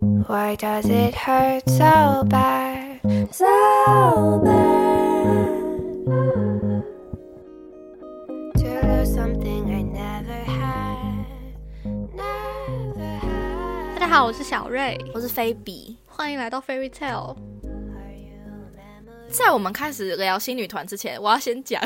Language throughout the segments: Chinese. Why does it hurt so bad? So bad. To lose something I never had. Never 大 had. 家好，我是小瑞，我是菲比。欢迎来到 Fairy Are Tale。you a memory? 在我们开始聊新女团之前，我要先讲，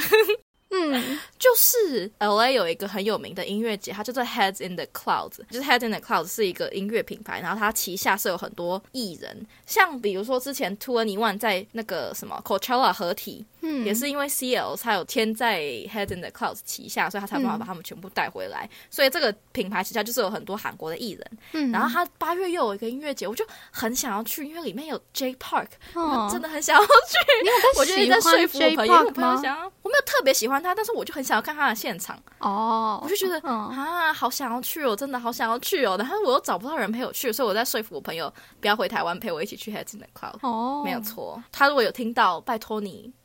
嗯，就是呃 L A 有一个很有名的音乐节，它叫做 Heads in the Clouds，就是 Heads in the Clouds 是一个音乐品牌，然后它旗下是有很多艺人，像比如说之前 Two a n y One 在那个什么 Coachella 合体，嗯也是因为 C L 才有签在 Heads in the Clouds 旗下，所以他才有办嗯法把他们全部带回来，所以这个品牌旗下就是有很多韩国的艺人，嗯然后他八月又有一个音乐节，我就很想要去，因为里面有 J Park，、哦真的很想要去。你有在我就是在说服我喜欢朋友，因为 J-Park 我朋友吗？想要，我没有特别喜欢他，但是我就很想要看他的现场，哦，我就觉得、嗯啊，好想要去哦，真的好想要去哦，然后我又找不到人陪我去，所以我在说服我朋友不要回台湾，陪我一起去 Heads in the Cloud，、哦，没有。错。他如果有听到，拜托你。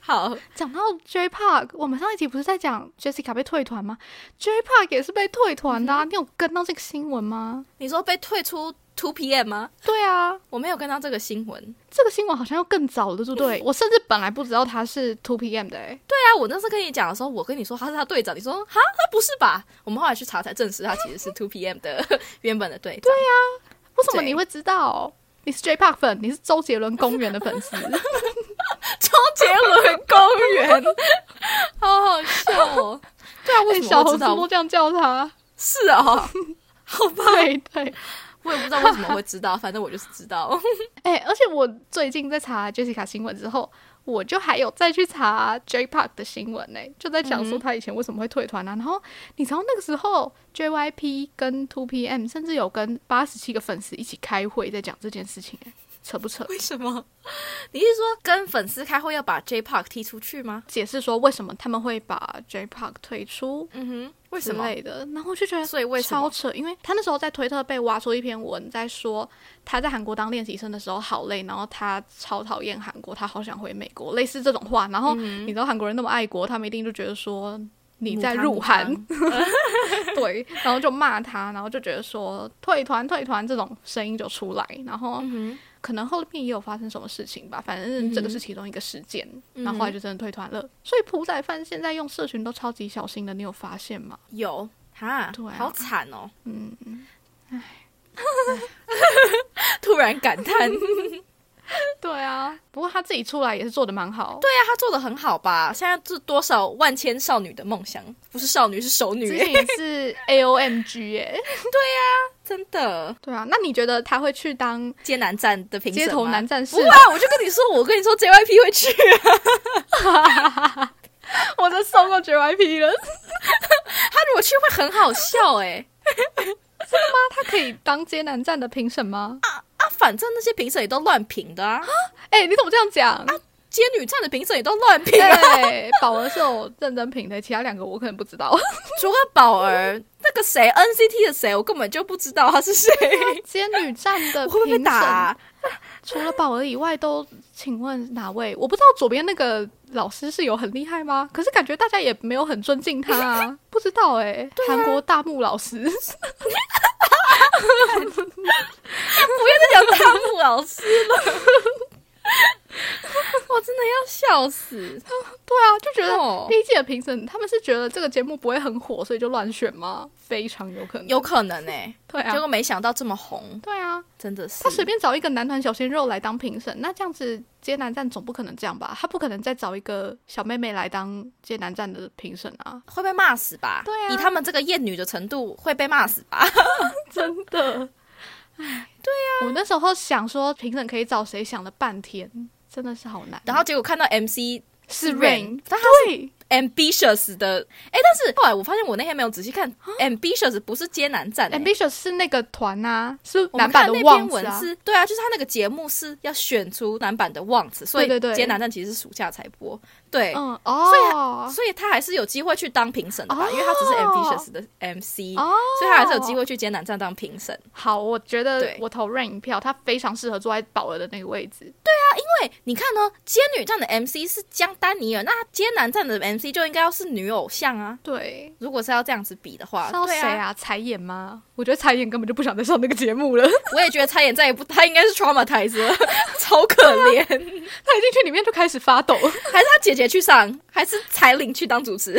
好，讲到 J Park，我们上一集不是在讲 Jessica 被退团吗？J Park 也是被退团嗯的、啊，你有跟到这个新闻吗？你说被退出 Two PM 吗？对啊，我没有跟到这个新闻。这个新闻好像要更早了，对不嗯对？我甚至本来不知道他是 Two PM 的、欸，对啊，我那次跟你讲的时候，我跟你说他是他队长，你说哈，他不是吧？我们后来去查才证实，他其实是 Two PM 的原本的队长。对啊，为什么对你会知道？你是 J Park 粉，你是周杰伦公园的粉 丝。 周杰伦公 园，好好笑哦。对啊，为什么哎小我红知书道？都这样叫他？是哦，好吧，对对，我也不知道为什么会知道， 反正我就是知道。 哎、而且我最近在查 Jessica 新闻之后，我就还有再去查 J Park 的新闻呢、就在嗯讲说他以前为什么会退团啊。然后你知道那个时候 JYP 跟 Two PM 甚至有跟八十七个粉丝一起开会在讲这件事情、欸，扯不扯？为什么？你是说跟粉丝开会要把 J Park 踢出去吗？解释说为什么他们会把 J Park 退出嗯哼，为之什么？类的，然后我就觉得所以为什超么？扯，因为他那时候在推特被挖出一篇文，在说他在韩国当练习生的时候好累，然后他超讨厌韩国，他好想回美国，类似这种话。然后嗯你知道韩国人那么爱国，他们一定就觉得说你在入韩， 母 对，然后就骂他，然后就觉得说退团退团这种声音就出来，然后嗯可能后面也有发生什么事情吧，反正这个是其中一个事件，嗯哼然后后来就真的退团了。所以朴宰范现在用社群都超级小心的，你有发现吗？哼，有哈，对啊好惨哦！ 嗯，突然感叹。 对啊，不过他自己出来也是做的蛮好。对对啊，他做的很好吧？现在是多少万千少女的梦想？不是少女，是熟之女，前 是 A O M G 耶、真的对啊，那你觉得他会去当街男战的评审街吗头男战士不？啊，我就跟你说，我跟你说，JYP 会去，啊 我都受够 J Y P 了，他如果去会很好笑哎、他可以当街男战的评审吗？啊，反正那些评审也都乱评的啊，哎、你怎么这样讲？街女战的评审也都乱评哎啊，对，宝儿是有认真评的，其他两个我可能不知 道。除了宝儿，那个谁 NCT 的谁，我根本就不知道他 是谁，街女战的我评审会不会被打啊、除了宝儿以外，都请问哪位？我不知道左边那个老师是有很厉害吗？可是感觉大家也没有很尊敬他 啊，不知道哎、韩、国大木老师，讲汤姆老 师了，我真的要笑死。对啊，就觉哦得第一季的评审他们是觉得这个节目不会很火，所以就乱选吗？非常有可能，有可能哎、对结啊，果没想到这么红，对啊，真的是他随便找一个男团小鲜肉来当评审，那这样子接男战总不可能这样吧？他不可能再找一个小妹妹来当接男战的评审啊，会被骂死吧？对啊以他们这个厌女的程度，会被骂死吧？真的，哎，对啊，我那时候想说评审可以找谁，想了半天，真的是好难。然后结果看到 MC 是 Rain，Rain，但对， ambitious 的，哎、但是后来我发现我那天没有仔细看，ambitious 啊不是接男战、欸。 Ambitious 是那个团啊，是我男们版看的那篇旺子文啊，是，对啊，就是他那个节目是要选出男版的旺子，所以对对对接男战其实是暑假才播，对，嗯以哦，所以他还是有机会去当评审的吧，因为他只是哦 ambitious 的 MC，、哦，所以他还是有机会去接男战当评审。好，我觉得对我投 Rain 一票，他非常适合坐在宝儿的那个位置。对啊，因为为你看呢，街女站的 MC 是江丹尼尔，那街男站的 MC 就应该要是女偶像啊。对，如果是要这样子比的话，烧对谁啊？啊？彩演吗？我觉得彩演根本就不想再上那个节目了， 他我也觉得蔡妍再也不，她应该是 traumatized，了 超可 怜。一进去里面就开始发抖。还是她姐姐去上，还是彩玲去当主持？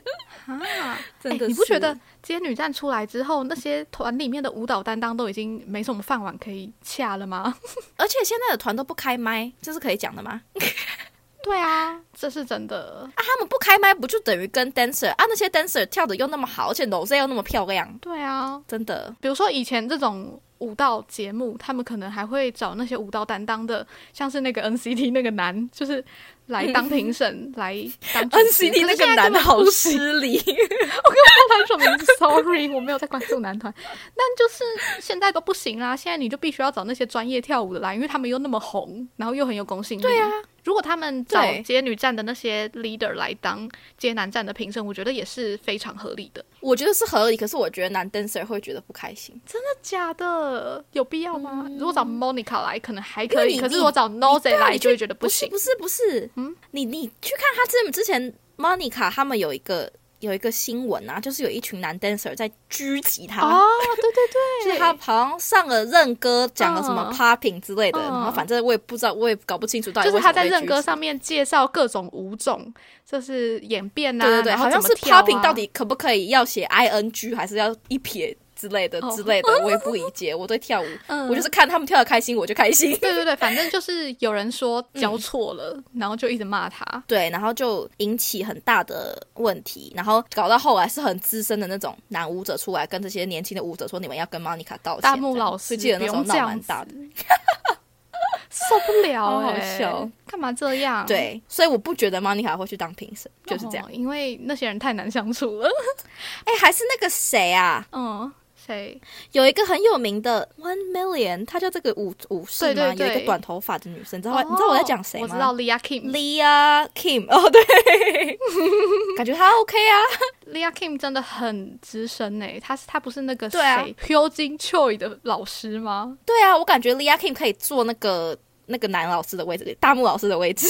啊，真的哎你不是觉得街女战出来之后，那些团里面的舞蹈担当都已经没什么饭碗可以恰了吗？而且现在的团都不开麦，这是可以讲的吗？对啊， 这是真的。啊，他们不开麦不就等于跟 dancer 啊那些 dancer 跳的又那么好，而且 n o z 又那么漂亮，对啊，真的比如说以前这种舞蹈节目，他们可能还会找那些舞蹈担当的，像是那个 NCT 那个男，就是来当评 审，来当主持 NCT 那个男哦的好可是现在根本不行失礼，他叫什么名字？Sorry，我没有在关注男团，但就是现在都不行啦。现在你就必须要找那些专业跳舞的来，因为他们又那么红，然后又很有公信力。对啊，如果他们找对街女站的那些 leader 来当街男站的评审，我觉得也是非常合理的。我觉得是合理，可是我觉得男 dancer 会觉得不开心，真的假的？有必要吗？如果找 Monica 来，可能还可嗯因为以，你可是我找 Noze 对啊来你去就会觉得不不是行。不是不是，嗯，你你去看他之之前 Monica 他们有一个有一个新闻啊，就是有一群男 dancer 在狙击他。哦，对对对，就是他好像上了认歌，讲了什么嗯 popping 之类的，嗯然后反正我也不知道，我也搞不清楚到底就是为什他么在被认狙歌击上面介绍各种舞种，就是演变啊，对对对，然后好像怎是么跳啊 popping 到底可不可以要写 i n g 还是要一撇之类的哦之类的，我也不 理解。我对跳舞，嗯我就是看他们跳的开心，我就 开心。对对对，反正就是有人说教错了，然后就一直骂他。对，然后就引起很大的问题，然后搞到后来是很资深的那种男舞者出来跟这些年轻的舞者说，你们要跟 Monica 道歉。大木这样老师我记得那时候不用这闹样蛮大的，受不了、好好欸，笑，干嘛这样？，对，所以我不觉得 Monica 会去当评审，就是这样。啊哦，因为那些人太难相处了。哎、还是那个谁啊，嗯，谁？有一个很有名的 One Million，她叫这个舞舞士对吗？对对有一个短头发的女生，你知道、哦你知道我在讲谁吗？我知道 Lia Kim。 Lia Kim，哦对，感觉她 OK 啊， Lia Kim 真的很资深诶、欸，她是她不是那个谁对啊 Hyo Jin Choi 的老师 吗？对啊，我感觉 Lia Kim 可以坐那个那个男老师的位置，大木老师的位置，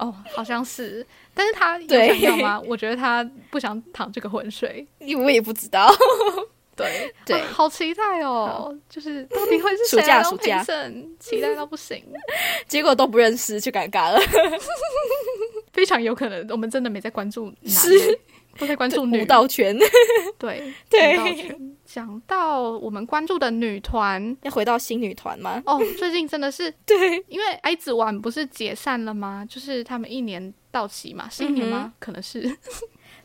哦，好像是，但是 她有对想要吗？我觉得她不想淌这个浑水。我也不知道，对 对啊好期待哦！就是到底会是 暑谁假来当暑假评审？期待到不行， 结果都不认识，就尴尬了。非常有可能我们真的没在关注男，是都在关注舞女。蹈圈对对舞蹈圈讲到我们关注的女团。要回到新女团吗？哦，最近真的是 对，因为爱子丸不是解散了吗？就是他们一年到期嘛，是一年嗯吗？可能是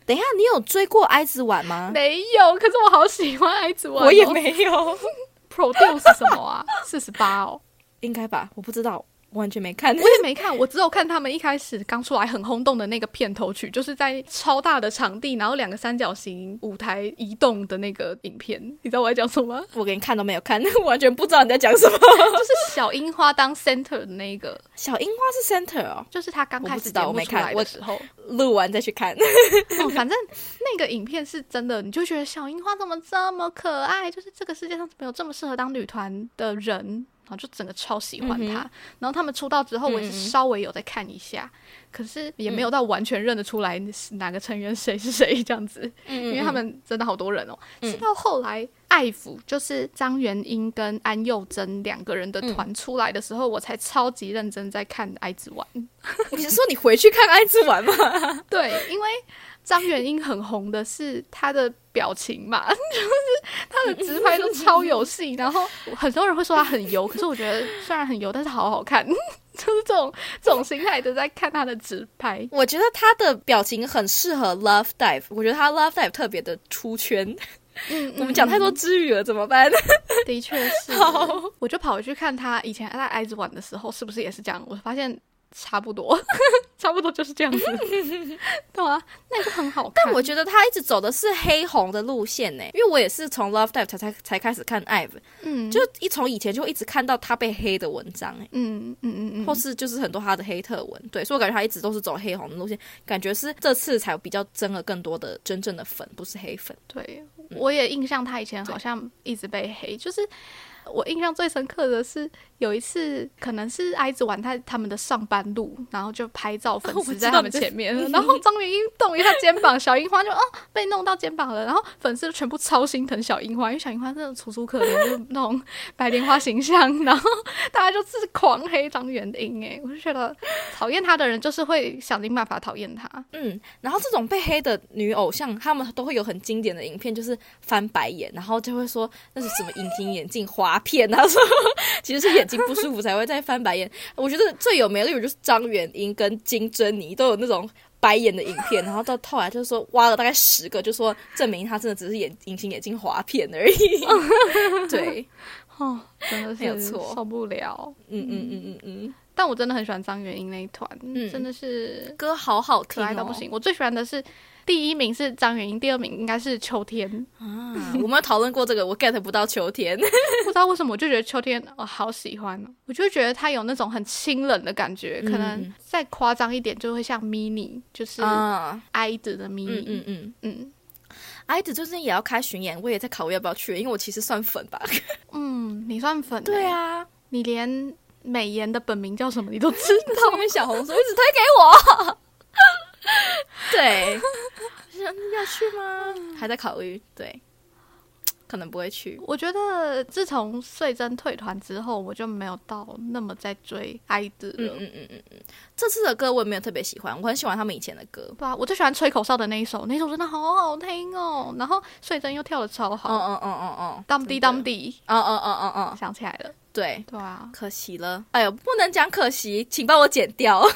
等一下，你有追过哀子晚吗？没有。可是我好喜欢爱子丸、啊哦我也。没有， produce 什么啊？四十八哦，应该吧，我不知道，我完全没看。我也没看，我只有看他们一开始刚出来很轰动的那个片头曲，就是在超大的场地，然后两个三角形舞台移动的那个影片。你知道我在讲什么吗？ 我连看都没有看，我完全不知道你在讲什么。就是小樱花当 center 的那一个，小樱花是 center 哦，就是他刚我开不始知节道我目没出来看的我时候，录完再去看。哦，反正那个影片是真的，你就觉得小樱花怎么这么可爱？就是这个世界上怎么有这么适合当女团的人？然后就整个超喜欢她。然后他们出道之后，我也嗯是嗯稍微有在看一下，可是也没有到完全认得出来是哪个成员谁是谁这样子，嗯因因为他们真的好多人哦。嗯是到后来。爱抚就是张元英跟安宥真两个人的嗯团出来的时候，我才超级认真在看《爱之丸》。你是说你回去看哀之晚吗？对，因为张元英很红的是她的表情嘛， 就是她的直拍都超有戏，然后很多人会说她很油，可是我觉得虽然很油，但是好好看， 就是这种这种心态的在看她的直拍。我觉得他的表情很适合 Love Dive，我觉得他 Love Dive 特别的出圈。嗯，我们讲太多知语了，怎 么办？的确是，好我就跑回去看她以前在爱之玩的时候是不是也是这样，我发现。差不多， 差不多就是这样 子，对啊，那就很好看。但我觉得他一直走的是黑红的路线呢，因为我也是从 Love Dive 才才才开始看 Ive，嗯，就一从以前就一直看到他被黑的文章哎。嗯嗯嗯嗯，或是就是很多他的黑特文，对，所以我感觉他一直都是走黑红的路线，感觉是这次才比较争了更多的真正的粉，不是黑粉。对，我也印象他以前好像一直被黑，就是我印象最深刻的是有一次，可能是爱子玩他他们的上班路，然后就拍照粉哦 我丝知在道他你们在前面， 然后张元英动一下肩膀，小樱花就哦被弄到肩膀了，然后粉丝全部超心疼小樱花，因为小樱花真的楚楚可怜，就是那种白莲花形象，然后大家就是狂黑张元英，哎，我就觉得讨厌他的人就是会想尽办法讨厌他，嗯，然后这种被黑的女偶像，她们都会有很经典的影片，就是翻白眼，然后就会说那是什么隐形眼镜划片啊，说其实是眼睛不舒服才会在翻白眼。我觉得最有名的例如就是张元英跟金珍妮都有那种白眼的影片，然后到后来就是说挖了大概十个，就说证明她真的只是眼隐形眼镜划片而已。对，哦，真的没有是错受不了。嗯嗯嗯嗯嗯，但我真的很喜欢张元英那一团，嗯真的是 歌好好听、可哦，爱到不行。我最喜欢的是第一名是张元英，第二名应该是秋天。啊！我们有讨论过这个，我 get 不到秋天。不知道为什么，我就觉得秋天我、好喜欢哦，我就觉得他有那种很清冷的感觉，嗯可能再夸张一点就会像 mini，就是啊，哀子的 mini，嗯嗯嗯。嗯艾子最近也要开巡演，我也在考虑要不要去，因为我其实算粉吧。嗯你算粉、 对，啊， 你连美颜的本名叫什么你都知道。 是因为小红书一直推给我。 对，我想要去吗？还在考虑，对，可能不会去。我觉得自从穗珍退团之后，我就没有到那么在追哀子嗯了。嗯嗯嗯嗯，这次的歌我也没有特别喜欢，我很喜欢他们以前的歌。对啊，我最喜欢吹口哨的那一首，那一首真的好好听哦。然后穗珍又跳的超哦好，哦哦哦哦，当滴当滴，哦哦哦哦哦，想起来了。对，对啊，可惜了。哎呦，不能讲可惜，请帮我剪掉。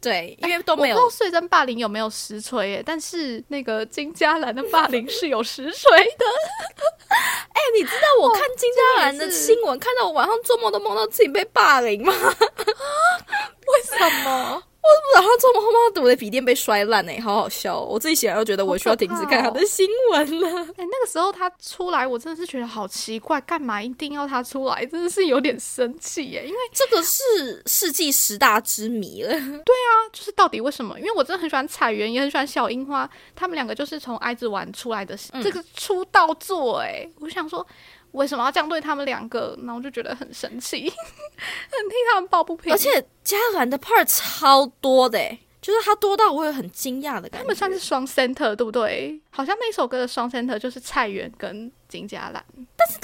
对，因为都我不没知有道穗珍霸凌有没有实锤耶，但是那个金嘉兰的霸凌是有实锤的。你知道我看金这佳个兰的也是新闻，看到我晚上做梦都梦到自己被霸凌吗？ 为什么？晚上做梦梦到我的笔电被摔烂哎、好好笑、哦！我自己写完都觉得我需要停止看他的新闻了。 哎、那个时候他出来，我真的是觉得好奇怪，干嘛一定要他出来？真的是有点生气耶，因为 这个是世纪十大欸之谜了。他就是到底为什么？因为我真的很喜欢彩原，也很喜欢小樱花，他们两个就是从爱之丸出来的、这个出道作哎，我想说。为什么要这样对他们两个？然后我就觉得很生气， 很替他们抱不平。而且佳兰的 part 超多的、欸，就是他多到我有很惊讶的感觉。他们算是双 center 对不对？好像那首歌的双 center 就是蔡元跟金嘉兰。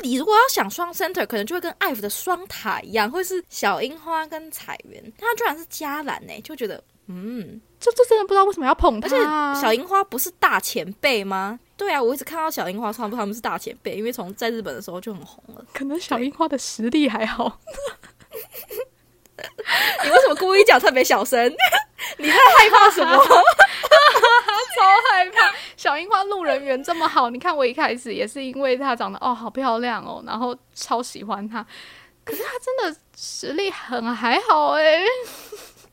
你如果要想双 center，可能就会跟 IVE 的双塔一样，会是小樱花跟彩云，但他居然是佳兰哎、就觉得嗯。就就真的不知道为什么要捧而他且啊、小樱花不是大前辈吗？对啊，我一直看到小樱花，他们他们是大前辈，因为从在日本的时候就很红了。可能小樱花的实力还好，你为什么故意讲特别小声？你在害怕什么？ 超害怕。小樱花路人缘这么好，你看我一开始也是因为她长得哦好漂亮哦，然后超喜欢她。可是她真的实力很还好哎、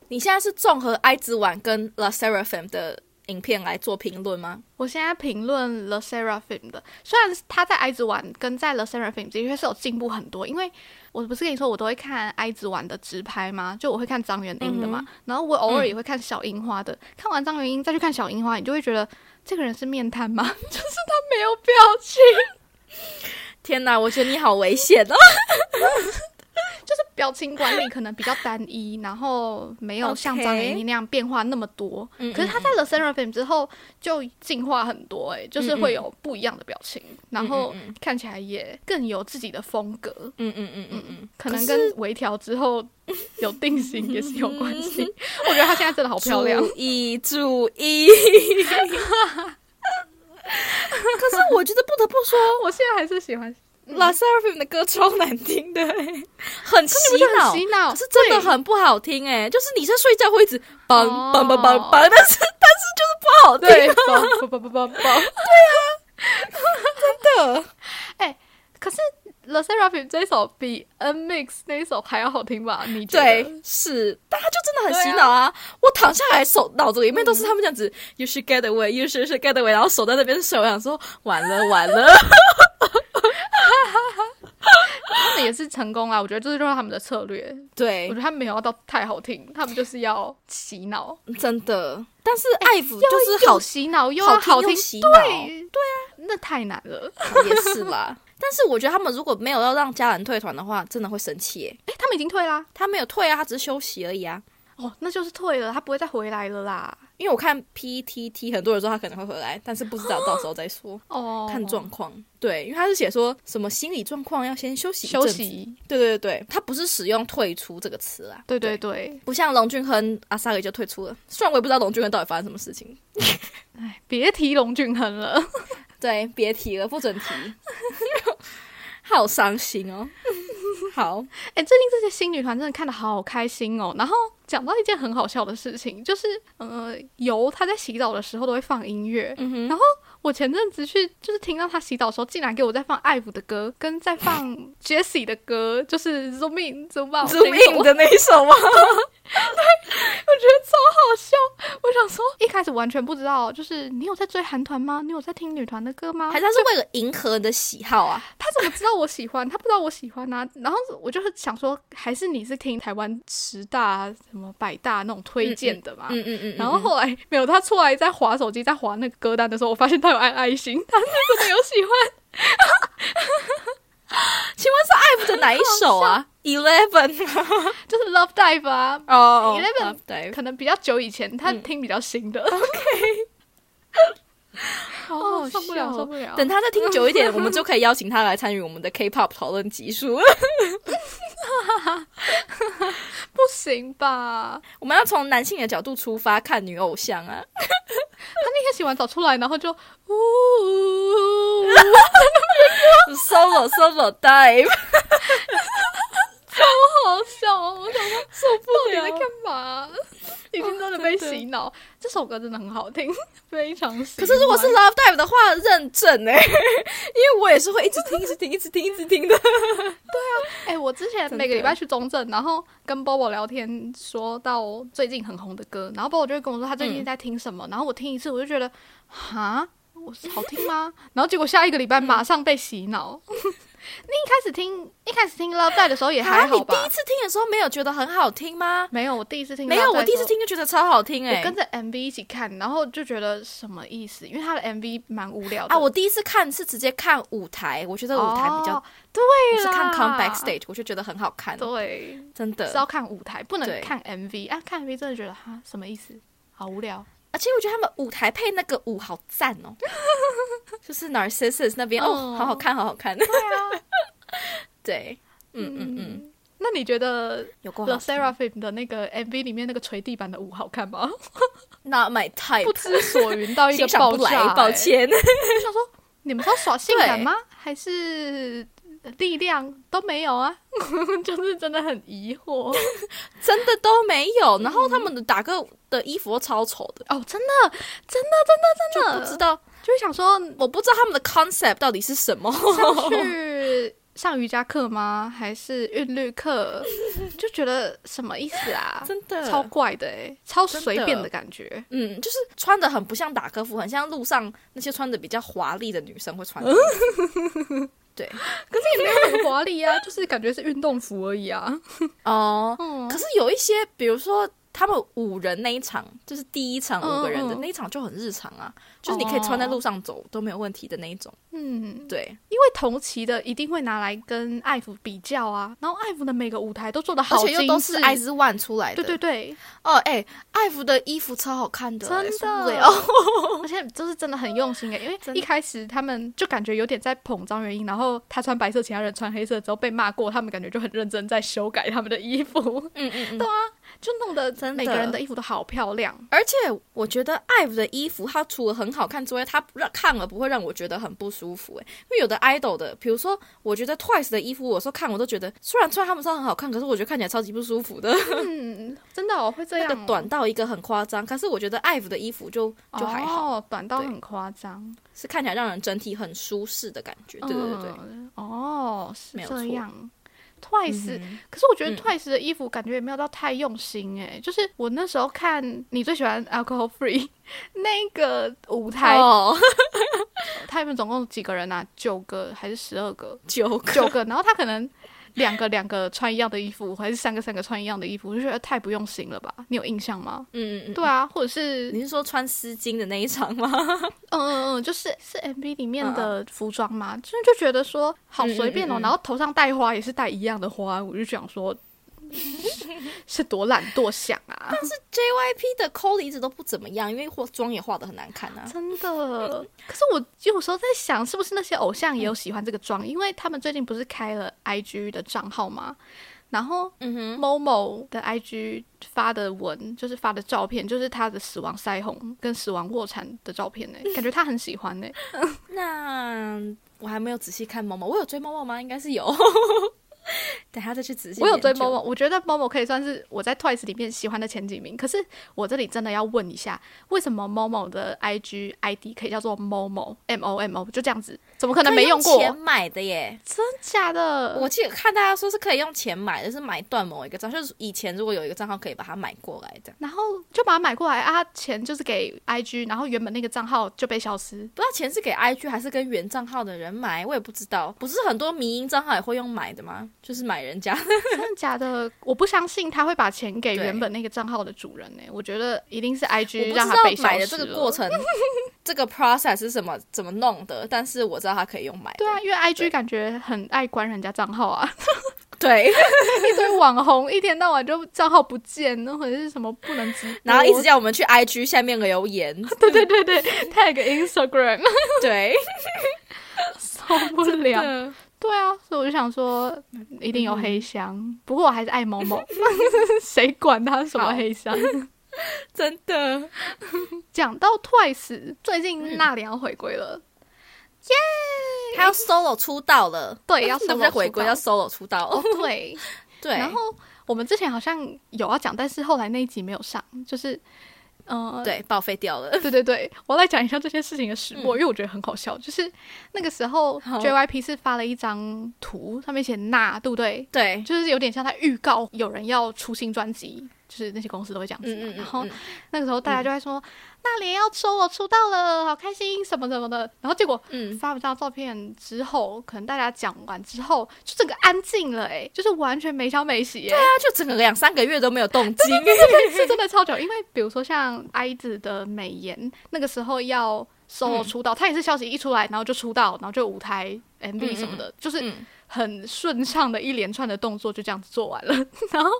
你现在是综合哀之丸跟 La Seraphim 的影片来做评论吗？我现在评论 The Seraphim 的，虽然他在埃子玩跟在 The Seraphim 的确是有进步很多，因为我不是跟你说我都会看埃子玩的直拍吗？就我会看张元英的嘛，嗯然后我偶尔也会看小樱花的。看完张元英再去看小樱花，你就会觉得这个人是面瘫吗？ 就是他没有表情，天哪，我觉得你好危险 哦！就是表情管理可能比较单一，然后没有像 OK 张元英那样变化那么多。嗯可是他在 The Seraphim 之后就进化很多、欸，就是会有不一样的表情，然后嗯看起来也更有自己的风格，嗯嗯嗯嗯嗯，可能跟微调之后有定型也是有关 系。我觉得她现在真的好漂亮，哦注意注 意！可是我觉得不得不说我现在还是喜欢， ，La Seraphim 的歌超难听的、 很洗你不觉得脑很。洗脑？可是真的对很不好听哎、就是你在睡觉会一直梆哦梆梆梆梆，但是但是就是不好听对，啊不不不不不。的。哎可是 The Seraphim 这首比 N Mix 那一首还要好听吧？你觉得？对，是，但他就真的很洗脑啊！嗯我躺下来手脑子里面都是他们这样子、y o u should get away，you should should get away，然后手在那边手，我想说完 了完了，他们也是成功啦，啊我觉得这就是他们的策略。我对觉，得他们没有要到太好听，他们就是要洗脑，真的。但是艾弗就是又好洗脑又好要听好又听，洗脑对对啊，那太难了。也是啦。 但是我觉得他们如果没有要让家人退团的话，真的会生气耶。哎、他们已经退啦，他没有退啊，他只是休息而已啊。哦，那就是退了，他不会再回来了啦。因为我看 PTT 很多人说他可能会回来，但是不知道到时候再说，哦，看状况。对，因为他是写说什么心理状况要先休息一阵休子。息，对对对对，他不是使用“退出”这个词啊。对对对，不像龙俊亨、阿萨里就退出了。虽然我也不知道龙俊亨到底发生什么事情。别提龙俊亨了。对，别提了，不准提，好伤心哦。好，哎、最近这些新女团真的看的好开心哦。然后讲到一件很好笑的事情，就是呃，油她在洗澡的时候都会放音乐。嗯哼，然后我前阵子去，就是听到她洗澡的时候，竟然给我在放艾芙的歌，跟在 放 Jessie 的歌，就是 Zoom In Zoom Out 朱那一首印的那一首吗？我觉得超好笑。我想说，一开始完全不知道，就是你有在追韩团吗？你有在听女团的歌吗？还是他是为了迎合你的喜好啊？他怎么知道我喜欢？他不知道我喜欢啊。然后我就是想说，还是你是听台湾十大、什么百大那种推荐的嘛？嗯嗯嗯。然后后来没有，他出来在划手机，在划那个歌单的时候，我发现他有按爱心， 他是真的有喜欢。请问是艾弗的哪一首啊？Eleven 就是 Love Dive 啊，哦 Eleven 对，可能比较久以前，他听比较新 的。OK， 好哦，受不了，笑受不了。等他再听久一点，我们就可以邀请他来参与我们的 K-pop 讨论集数。不行吧？我们要从男性的角度出发看女偶像啊。那天洗完澡出来，然后就呜， solo solo dive，好笑哦！我想说，受到底在干 嘛？已经真的被哦真的洗脑。这首歌真的很好 听，非常喜欢。可是如果是 love dive 的话，认证哎、 因为我也是会一直听、一直听、一直听、一直听的。 哎、我之前真的每个礼拜去中正，然后跟 Bobo 聊天，说到最近很红的歌，然后 Bobo 就会跟我说他最嗯近在听什么，然后我听一次我就觉得，哈，我是好听吗？然后结果下一个礼拜嗯马上被洗脑。 你一开始听一开始听 Love Die 的时候也还啊好你吧第？一次听的时候没有觉得很好听吗？没有，我第一次听没有， Love Dive 我第一的时次候听就觉得超好听哎、我跟着 MV 一起看，然后就觉得什么意思？因为他的 MV 蛮无聊的啊，我第一次看是直接看舞台，我觉得舞台比较，哦对啦，我是看 come back stage，我就觉得很好看，对，真是的。要看舞台，不能对看 MV 啊！看 MV 真的觉得哈什么意思？好无聊。而且啊我觉得他们舞台配那个舞好赞 哦，就是 narcissus 那边哦哦，好好看，好好看。对啊，对，嗯嗯嗯，嗯。那你觉得有够 The 好听。 Seraphim 的那个 MV 里面那个捶地板的舞好看吗？ Not my 不 type，知所云到一个欣赏爆不炸、欸哎来，抱。歉。我想说，你们是要耍性感吗？还是力量都没有啊？ 就是真的很疑惑。真的都没有。嗯然后他们的打歌的衣服都超丑的，哦，真的，真的，真的，真的，就不知道，就会想 说，我不知道他们的 concept 到底是 什么。上去上瑜伽课吗？还是韵律课？就觉得什么意思啊？真的超怪的哎、超随便真的的感觉。 嗯，就是穿的很不像打歌服，很像路上那些穿的比较华丽的女生 会穿的。对，可是也没有很华丽啊，就是感觉是运动服而已啊。哦、嗯，可是有一些，比如说。他们五人那一场，就是第一场五个人的嗯嗯那一场就很日常啊，就是你可以穿在路上走都没有问题的那一种。嗯，对，因为同期的一定会拿来跟艾芙比较啊，然后艾芙的每个舞台都做的而好且精致，又都是 IZ ONE 出来的。对对对，哦，哎、艾芙的衣服超好看的、欸真的哦受不 了而且就是真的很用心诶，欸因为真的一开始他们就感觉有点在捧张元英，然后他穿白色，其他人穿黑色之后被骂过，他们感觉就很认真在修改他们的衣 服，嗯嗯嗯，就弄得真的每个人的衣服都好漂亮。而且我觉得 IVE 的衣服，它除了很好看之外，它让看了不会让我觉得很不舒服、欸。因为有的 idol 的，比如说，我觉得 TWICE 的衣服，我有时候看我都觉得，嗯虽然穿他们穿很好看，可是我觉得看起来超级不舒服的。嗯，真的、哦、会这那样、个短到一个很夸张，可是我觉得 IVE 的衣服就就还好，哦、短到很夸张。是看起来让人整体很舒适的感觉。对对对对，嗯哦，是没有这错样。Twice，、嗯可是我觉得嗯 Twice 的衣服感觉也没有到太用心诶、就是我那时候看你最喜欢 Alcohol Free 那个舞台，哦， 他们总共几个人啊？九个还是十二个？九个 九个，然后他可能两个两个穿一样的衣服，还是三个三个穿一样的衣服，我就觉得太不用心了吧？你有印象吗？嗯嗯嗯，对啊，或者是你是说穿丝巾的那一场吗？嗯嗯嗯，就是是 MV 里面嗯嗯的服装嘛，真的就觉得说好随便哦，嗯嗯嗯嗯然后头上戴花也是戴一样的花，我就想说 是多懒惰想啊， JYP 的抠离子都不怎么样，因为化妆也化的很难看啊。真的。可是我有时候在想，是不是那些偶像也有喜欢这个妆？因为他们最近不是开了 IG 的账号吗？然后嗯哼，某某的 IG 发的文，就是发的照片，就是他的死亡腮红跟死亡卧蚕的照片呢、欸 感觉他很喜欢呢、那我还没有仔细看猫猫，我有追猫猫吗？应该是有。 等下再去仔细。我有追 Momo，。我觉得 Momo 可以算是我在 Twice 里面喜欢的前几名。可是我这里真的要问一下，为什么 Momo 的 IG ID 可以叫做 Momo M O M O？就这样子，怎么可能没用过？嗯可以钱买的耶！真假的？我记得看大家说是可以用钱买的，是买断某一个账，就是以前如果有一个账号可以把它买过来这样，然后就把它买过来啊，钱就是给 IG，然后原本那个账号就被消 失。不知道钱是给 IG 还是跟原账号的人买，我也不知道。不是很多迷因账号也会用买的吗？就是买 人家。真的假的？我不相信他会把钱给对原本那个账号的主人呢、我觉得一定是我 IG 不让知他被消道失买的这个了 过程，这个 process 是什么怎么弄的，但是我知道它可以用买的。对啊，因为 IG 对感觉很爱关人家账号啊， 对， 一堆网红一天到晚就账号不见，或者是什么不能直播，然后一直叫我们去 IG 下面留言， 对对对对 tag Instagram， 对，受不了。对啊，所以我就想说，嗯一定有黑箱。不过我还是爱某 某，谁管他什么好黑箱？真的，讲到 Twice，最嗯近娜良回归了，他要 solo 出道了，对，要是 solo 不是回归出要道 solo 出道？哦，对。 对，然后我们之前好像有要讲，但是后来那一集没有上，就是，呃，对报废掉了， 对对对，我来讲一下这件事情的始末，因为我觉得很好笑。就是那个时候好 JYP 是发了一张图，上面写娜，对不对？对，就是有点像在预告有人要出新专辑，就是那些公司都会这样嗯子嘛。然后那个时候大家就在说，娜莲要收我出道了，好开心什么什么的。然后结果嗯，发不到照片之后，可能大家讲完之后就整个安静了、欸，就是完全没消没息、欸，他啊就整个两三个月都没有动静， 是真的超久。因为比如说像 I 子的美颜，那个时候要 solo 嗯出道，她也是消息一出来，然后就出道，然后就舞台嗯 MV 嗯什么的，就是嗯很顺畅的一连串的动作就这样子做完了。 然后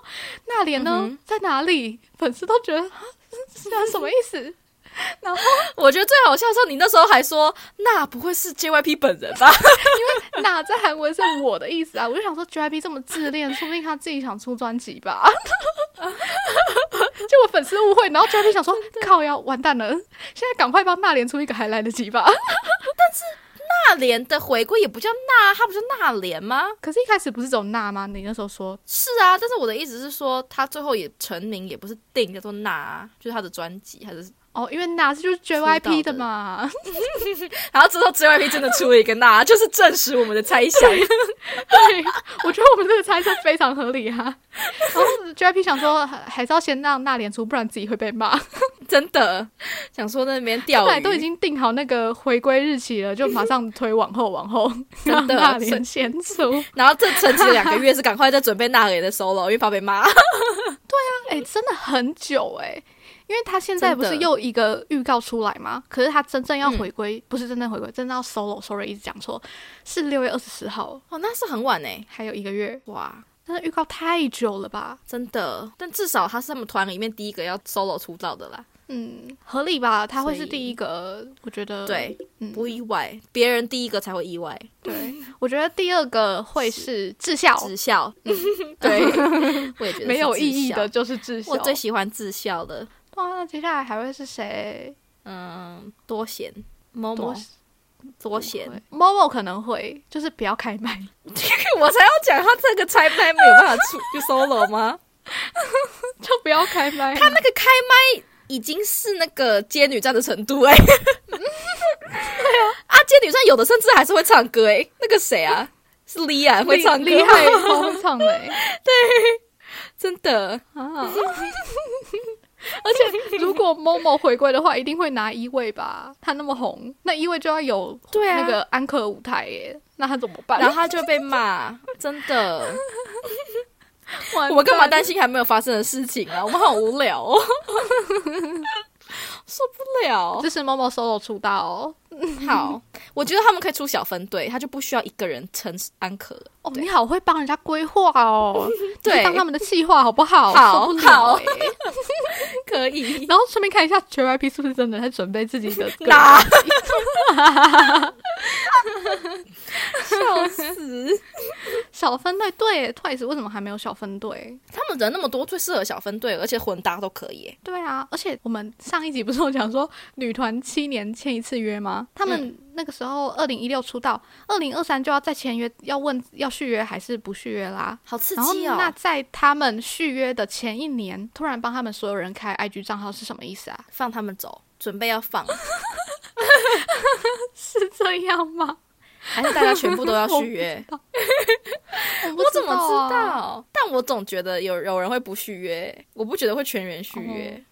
那莲呢、嗯哼在哪里？粉丝都觉得啊，是啊，什么意思？我觉得最好笑的时候，你那时候还说，那不会是 JYP 本人吧？ 那在韩文是我的意思啊，我就想说 JYP 这么自恋，说不定他自己想出专辑吧。 结果粉丝误会，然后 JYP 想说靠要完蛋了，现在赶快帮那莲出一个还来得及 吧。那莲的回归也不叫那，他不叫那莲吗？可是，一开始不是走那吗？你那时候说是啊，但是我的意思是说，他最后也成名，也不是定叫做那啊，就是他的专辑还是，哦，因为那是就是出道 JYP 的的嘛， 然后之后 JYP 真的出了一个那， 就是证实我们的猜想。对，我觉得我们这个猜测非常合 理哈、然后 JYP 想说，还还是要先让那莲出，不然自己会被骂。 真的想说那边钓本来鱼，都已经定好那个回归日期了，就马上推往后往后，真让的那莲先出。然后这沉寂了两个月，是赶快在准备那年的 solo，因为怕被骂。哎、真的很久哎、因为他现在不真是的嗯又一个预告出来吗？可是他真正要回归，不是真正回归，真正要 solo，sorry，一直讲错，是六月二十四号， 哦，那是很晚哎，还有一个月。哇，但是预告太久了吧？真的，但至少他是他们团里面第一个要 solo 出道的啦，嗯，合理吧？他会所是以第一个，我觉得。对，嗯不意外，别人第一个才会意外。对，我觉得第二个会是智孝，智 孝，嗯对，我也觉得是没有意义智孝的，就是智孝。我最喜欢智孝的，哇，那接下来还会是谁？嗯，多贤，某多某多贤， ，Momo 可能会，就是不要开麦。 我才要讲他这个拆麦没有办法出就 solo 吗？就不要开麦。他那个开麦已经是那个街女战的程度哎、对啊，啊，街女战有的甚至还是会唱歌哎、那个谁啊，是李安会唱歌，厉害，哎超会唱的欸、真的。啊！ 而且如果 Momo 回归的话，一定会拿一位吧？他那么红，那一位就要有对啊那个安可舞台耶，那他怎么办？然 后他就被骂，真的。完蛋我们干嘛担心还没有发生的事情啊？我们好无聊哦，受不了。 这是 Momo solo 出道哦，好，我觉得他们可以出小分队，他就不需要一个人撑安可。哦，你好会帮人家规划 哦，对你就当他们的计划好不好？好受不了好欸可以，然后顺便看一下 JYP 是不是真的在准备自己 的歌哪笑死！小分队？对，Twice 为什么还没有小分队？他们人那么多，最适合小分队，而且混搭都可以。哎对啊，而且我们上一集不是有讲说女团七年签一次约吗？他嗯们那个时候二零一六出道，二零二三就要再签约，要问要续约还是不续约啦。好刺哦然后那在他们续约的前一年，突然帮他们所有人开 IG 账号是什么意思啊？ 放他们走，准备要放， 是这样吗？还是大家全部都要续约？我不我 怎么啊知？道？但我总觉得有有人会不续约，我不觉得会全员续约。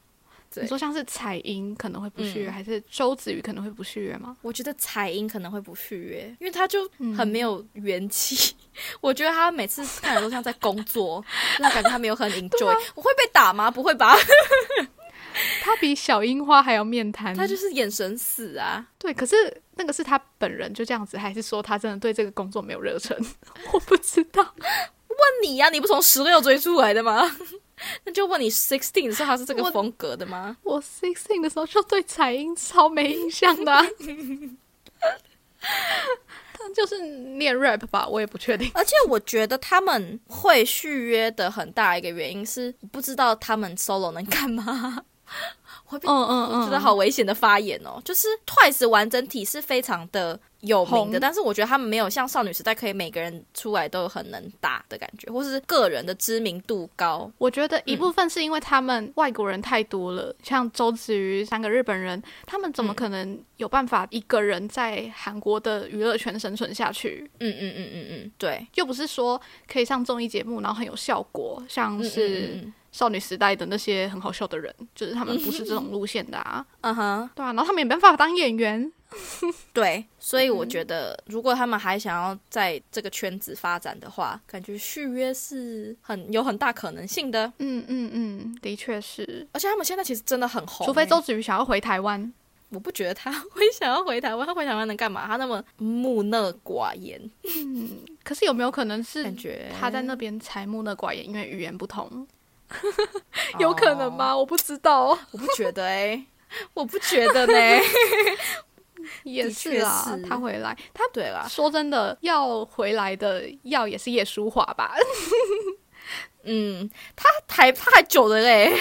对你说像是彩英可能会不续约，嗯还是周子瑜可能会不续约吗？我觉得彩英可能会不续约，因为他就很没有元气。 我觉得他每次看起来都像在工作，那感觉他没有很 enjoy。我会被打吗？不会吧？他比小樱花还要面瘫，他就是眼神死啊！对，可是那个是他本人就这样子，还是说他真的对这个工作没有热忱？ 我不知道，问你呀、你不从十六追出来的吗？ 那就问你 sixteen 的时候他是这个风格的吗？我 sixteen 的时候就对彩英超没印象的 啊、他就是念 rap 吧，我也不确定。而且我觉得他们会续约的很大一个原因是，我不知道他们 solo 能干嘛。我会被嗯嗯嗯，觉得好危险的发言哦。就是 Twice 完整体是非常的有名的，红但是我觉得他们没有像少女时代可以每个人出来都有很能打的感觉，或是个人的知名度高。我觉得一部分是因为他们外国人太多了，像周子瑜三个日本人，他们怎么嗯可能有办法一个人在韩国的娱乐圈生存下去？嗯嗯嗯嗯嗯，对，又不是说可以上综艺节目，然后很有效果，像是嗯少女时代的那些很好笑的人，就是他们不是这种路线的 啊，嗯哼，对啊，然后他们也没办法当演员，对，所以我觉嗯得如果他们还想要在这个圈子发展的话，感觉续约是很有很大可能性的。嗯嗯嗯，的确是，而且他们现在其实真的很红欸、除非周子瑜想要回台湾，我不觉得他会想要回台湾，他回台湾能干嘛？他那么木讷寡言，可是有没有可能是感觉他在那边才木讷寡言，因为语言不同，哦有可能吗？我不知道， 我不觉得哎、 我不觉得呢。也的是确啊，是他回来， 他对啦，说真的，要回来的要也是叶舒华吧？嗯，他还他还久了嘞，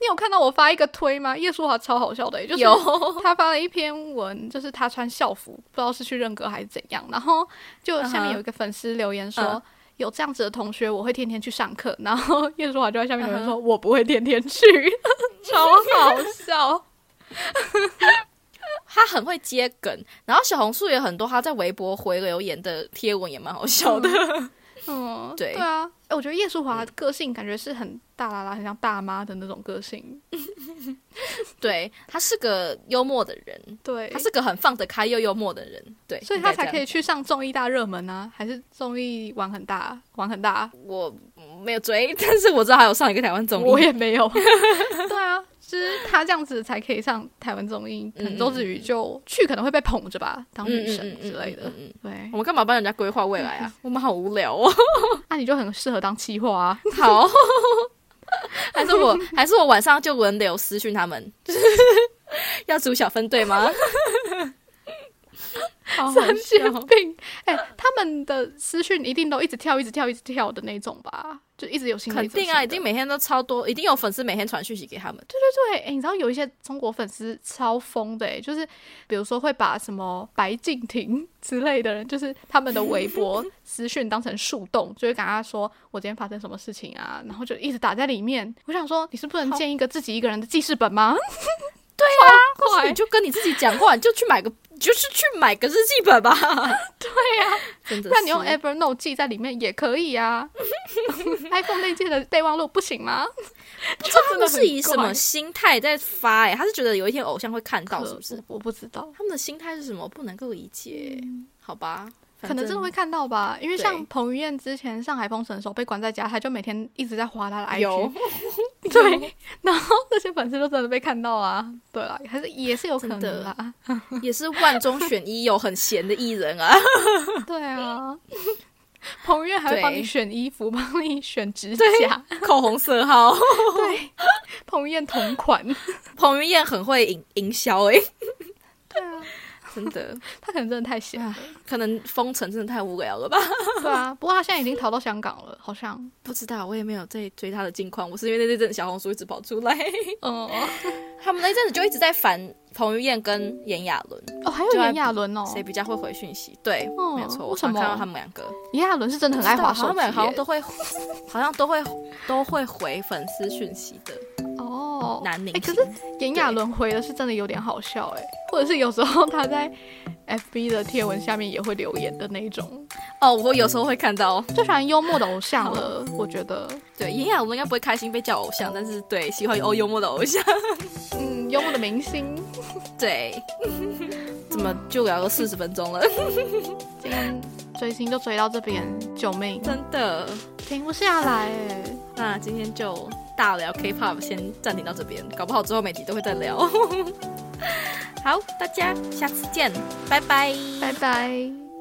你有看到我发一个推吗？叶舒华超好笑的、欸，就是有 他发了一篇文，就是他穿校服，不知道是去认哥还是怎样，然后就下嗯面哼有一个粉丝留言说。嗯有这样子的同学，我会天天去上课。然后叶舒华就在下面留言说：“嗯我不会天天去， 超好笑。他很会接梗，然后小红书也很多他在微博回留言的贴文也蛮好笑的。 嗯”对对嗯啊，哎我觉得叶舒华的个性感觉是很大啦啦，很像大妈的那种个性。对他是个幽默的人，对，他是个很放得开又幽默的人，对，所以他才可以应该这样。去上综艺大热门啊，还是综艺玩很大，玩很大，我没有追， 但是我知道他有上一个台湾综艺，我也没 有。对啊，就是他这样子才可以上台湾综艺，可嗯能嗯周子瑜就去可能会被捧着吧，当嗯女神之类的嗯。嗯嗯嗯对我，们干嘛帮人家规划未 来啊？我们好无聊哦。那啊你就很适合当企划啊。好，还是我还是我晚上就轮流私讯他们， 要组小分 队吗？好 好神经笑病！哎，他们的私讯一定都一直跳，一直跳，一直跳的那种吧？就一直有新的，肯定啊，一定没每天都超多，一定有粉丝每天传讯息给他们。对。哎，你知道有一些中国粉丝超疯的，哎，就是比如说会把什么白敬亭 之类的人，就是他们的微 博私讯当成树洞，就会跟他说我今天发生什么事情啊，然后就一直打在里面。我想说，你是不能好建一个自己一个人的记事本吗？或是啊快你就跟你自己讲话，你就去买个，你就是去买个日记本 吧。对呀、真啊的是。不然你用 Evernote 记在里面也可以啊。iPhone 内建的备忘录不行吗？ 不知道他真的很们是以什么怪心态在发、欸？哎，他是觉得有一天偶像会看到，是不是我？我不知道，他们的心态是什么？不能够理解，好吧？反可能真的会看到吧，因为对像彭于晏之前上海封城的时候被关在家，他就每天一直在划他的 IG，有 对，然后那些粉丝都真的被看到啊，对啊，还是也是有可真的能啦， 也是万中选一，有很闲的艺人啊。对 啊，彭于晏还会帮你对选衣服，帮你选指对甲，口红色号，对，彭于晏同款， 彭于晏很会营营销 哎，对啊，真的，他可能真的太闲了，可能封城真的太无聊了吧？对啊，不过他现在已经逃到香港了，好 像，不知道，我也没有在追他的近况，我是因为那阵小红书一直跑出来，嗯， 他们那阵子就一直在烦彭于晏跟炎亚纶，哦，还有就还炎亚纶哦，谁比较会回讯息？对，嗯没有错，我为什常么看到他们两个炎亚纶是真的很爱不知道滑手好机像耶，好像都会，好像都会都会回粉丝讯息的哦，男明哎可星。是炎亚纶回的是真的有点好笑哎、或者是有时候他在 FB 的贴文下面也会留言的那一种，哦，我有时候会看到，最喜欢幽默的偶像了，我觉得，嗯对，炎亚纶应该不会开心被叫偶像，但是对喜欢哦幽默的偶 像，嗯，幽默的明星，对，怎么就聊了四十分钟了？今天追星就追到这边，救命， 真的，停不下来哎、那今天就大聊 K-pop，先暂停到这边，搞不好之后每集都会再 聊。好，大家下次见，拜拜。拜拜。